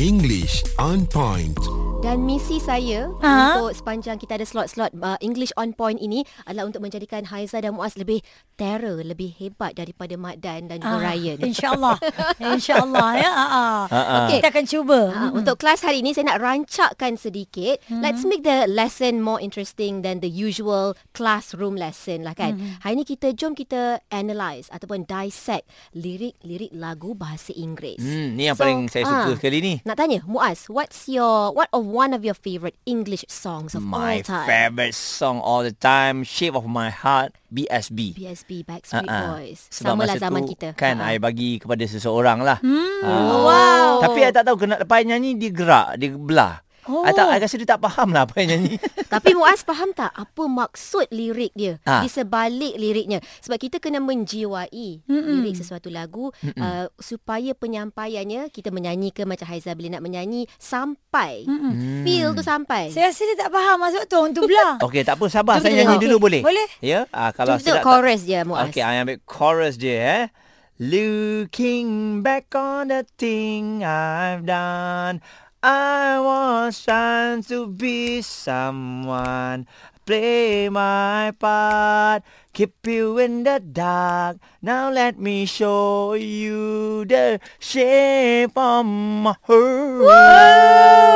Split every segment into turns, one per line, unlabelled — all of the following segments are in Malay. English on point.
Dan misi saya
Ha?
ha? untuk sepanjang kita ada slot-slot uh, English on point ini adalah untuk menjadikan Haiza dan Muaz lebih terror, lebih hebat daripada Mat Dan dan juga
Ah,
Ryan.
InsyaAllah. InsyaAllah ya. Ah, ah.
ah.
Kita akan
Uh,
cuba.
mm-hmm. Untuk kelas hari ini saya nak rancakkan sedikit. Mm-hmm. Let's make the lesson more interesting than the usual classroom lesson lah kan. Mm-hmm. Hari ini kita jom kita analyse ataupun dissect lirik-lirik lagu bahasa Inggeris. ah,
Hmm, ni yang paling saya suka sekali ni.
Nak tanya Muaz, what's your what or one of your favorite English songs of all
My
time?
favorite song all the time, Shape of My Heart, BSB.
PSB Backstreet
Ah, ah.
Boys.
Sebab
Samalah
masa
zaman
tu,
kita.
Kan,
Ah, ah.
I bagi kepada seseorang lah. Hmm.
Wow.
Tapi I tak tahu kenapa lepas I nyanyi dia gerak, dia belah.
Oh.
I, tak, I rasa dia tak faham lah apa yang nyanyi.
Tapi Muaz faham tak apa maksud lirik dia
Ah.
ha. di sebalik liriknya sebab kita kena menjiwai Mm-mm. lirik sesuatu lagu uh, supaya penyampaiannya kita menyanyi ke macam Haiza bila nak menyanyi sampai
Hmm.
Mm-mm. feel tu sampai.
Saya rasa dia tak faham masuk tu orang tu belah.
Okey, tak apa sabar
Jom
saya
kita
nyanyi
tengok.
dulu boleh?
Boleh.
Ya. Ah
Cuba tengok
kalau sedap tak-
chorus dia Muaz.
Okay, I ambil chorus je eh. Looking back on the thing I've done I was trying to be someone Play my part Keep you in the dark Now let me show you the shape of my heart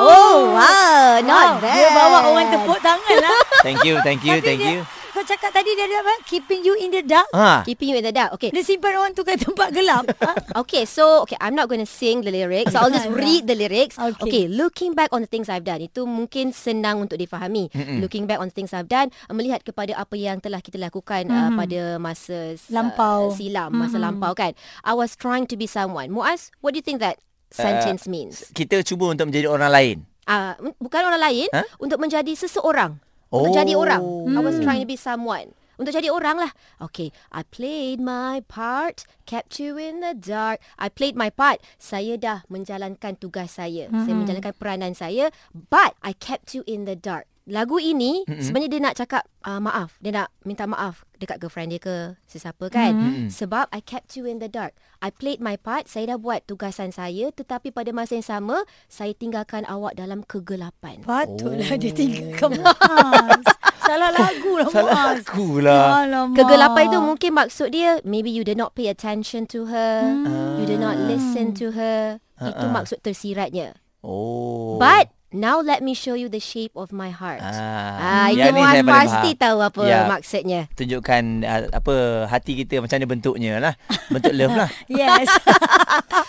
Oh wow, not bad.
Dia bawa orang tepuk tangan lah.
Thank you, thank you,
Tapi
thank
dia,
you
Kau cakap tadi dia ada apa? Keeping you in the dark.
Ah,
Keeping you in the dark. Okay.
Dia simpan orang tu ke tempat gelap. Ah,
Okay, so okay, I'm not going to sing the lyrics. So I'll just read the lyrics.
Okay.
Okay. okay, looking back on the things I've done itu mungkin senang untuk difahami. Mm-mm. Looking back on the things I've done, uh, melihat kepada apa yang telah kita lakukan mm. uh, pada masa s-
Mm-hmm. Lampau.
uh, silam, masa mm. lampau kan. I was trying to be someone. Muaz, what do you think that sentence uh, means?
kita cuba untuk menjadi orang lain
Uh, bukan orang lain,
Huh?
huh? untuk menjadi seseorang.
Oh.
Untuk jadi orang. I was trying to be someone. Untuk jadi orang lah. Okay. I played my part. Kept you in the dark. I played my part. Saya dah menjalankan tugas saya. Mm-hmm. Saya menjalankan peranan saya. But I kept you in the dark. Lagu ini mm-hmm. sebenarnya dia nak cakap uh, maaf. Dia nak minta maaf dekat girlfriend dia ke sesiapa kan. Mm-hmm. Sebab I kept you in the dark. I played my part. Saya dah buat tugasan saya. Tetapi pada masa yang sama, saya tinggalkan awak dalam kegelapan.
Patutlah
Oh.
dia tinggalkan Muaz. Salah lagu lah
Salah
Muaz.
aku lah
Alamak.
Kegelapan itu mungkin maksud dia maybe you did not pay attention to her,
Hmm.
you did
Ah.
not listen to her. Itu maksud tersiratnya.
Oh.
But now let me show you the shape of my heart.
Ah,
Ah, itu
yang ni
Muaz
saya paling
pasti
faham.
tahu apa
Ya.
maksudnya.
Tunjukkan uh, apa hati kita macam mana bentuknya lah. Bentuk love lah.
Yes.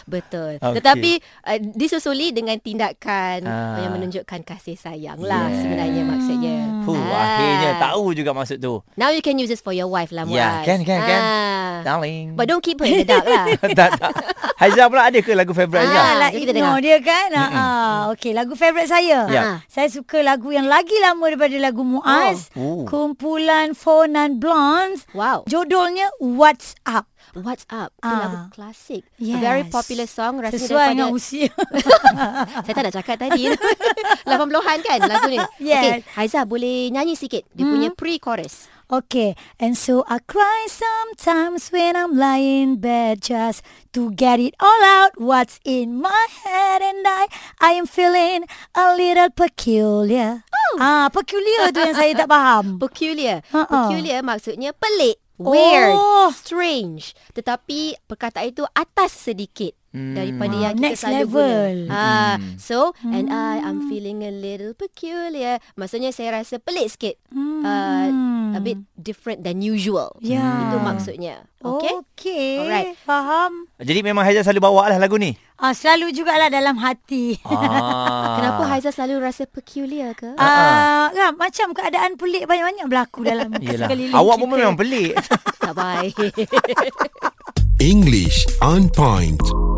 Betul.
Okey.
Okay. Tetapi uh, disusuli dengan tindakan
Ah.
yang menunjukkan kasih sayang lah
Yes.
sebenarnya maksudnya. Ah.
Huh, akhirnya tahu juga maksud tu.
Now you can use this for your wife lah Muaz.
Ya, can, can, can.
Ah.
Darling.
But don't keep her in the dark lah.
tak, tak. Haizah pula ada ke lagu favourite Haizah?
Ah, lah,
Jom kita
ignore
dengar. Ah.
dia kan. Ah, ah. Okey, lagu favourite saya.
Ya.
Saya suka lagu yang lagi lama daripada lagu Muaz.
Oh. Oh.
Kumpulan Four Non Blondes.
Wow.
Judulnya What's Up.
What's Up Itu
Ah.
lagu klasik yes. A very popular song Rasanya
Sesuai
daripada
dengan usia.
Saya tak nak cakap tadi 80-an kan lagu ni
Yes. Hmm.
Okay Haiza boleh nyanyi sikit Dia punya pre-chorus
Okay, and so I cry sometimes when I'm lying in bed just to get it all out what's in my head and I I am feeling a little peculiar. Oh. Ah, peculiar tu yang saya tak faham.
Peculiar
Ha-ha.
Peculiar maksudnya pelik Weird
Oh.
Strange Tetapi perkataan itu atas sedikit Daripada
Ah,
yang kita
next
selalu
level. Hmm.
guna ah, So And I I'm feeling a little peculiar Maksudnya saya rasa pelik sikit
Hmm.
uh, A bit different than usual
Yeah. Oh,
Itu maksudnya Okay
Okay. okay.
Alright.
Faham.
Jadi memang Haizah selalu bawa lah lagu ni.
Ah, selalu jugalah dalam hati.
Ah.
Kenapa Haiza selalu rasa peculiar ke?
Ah, kan, macam keadaan pelik banyak-banyak berlaku dalam
Yelah.
sekeliling
Awak
kita.
pun memang pelik.
Tak baik.
English on point.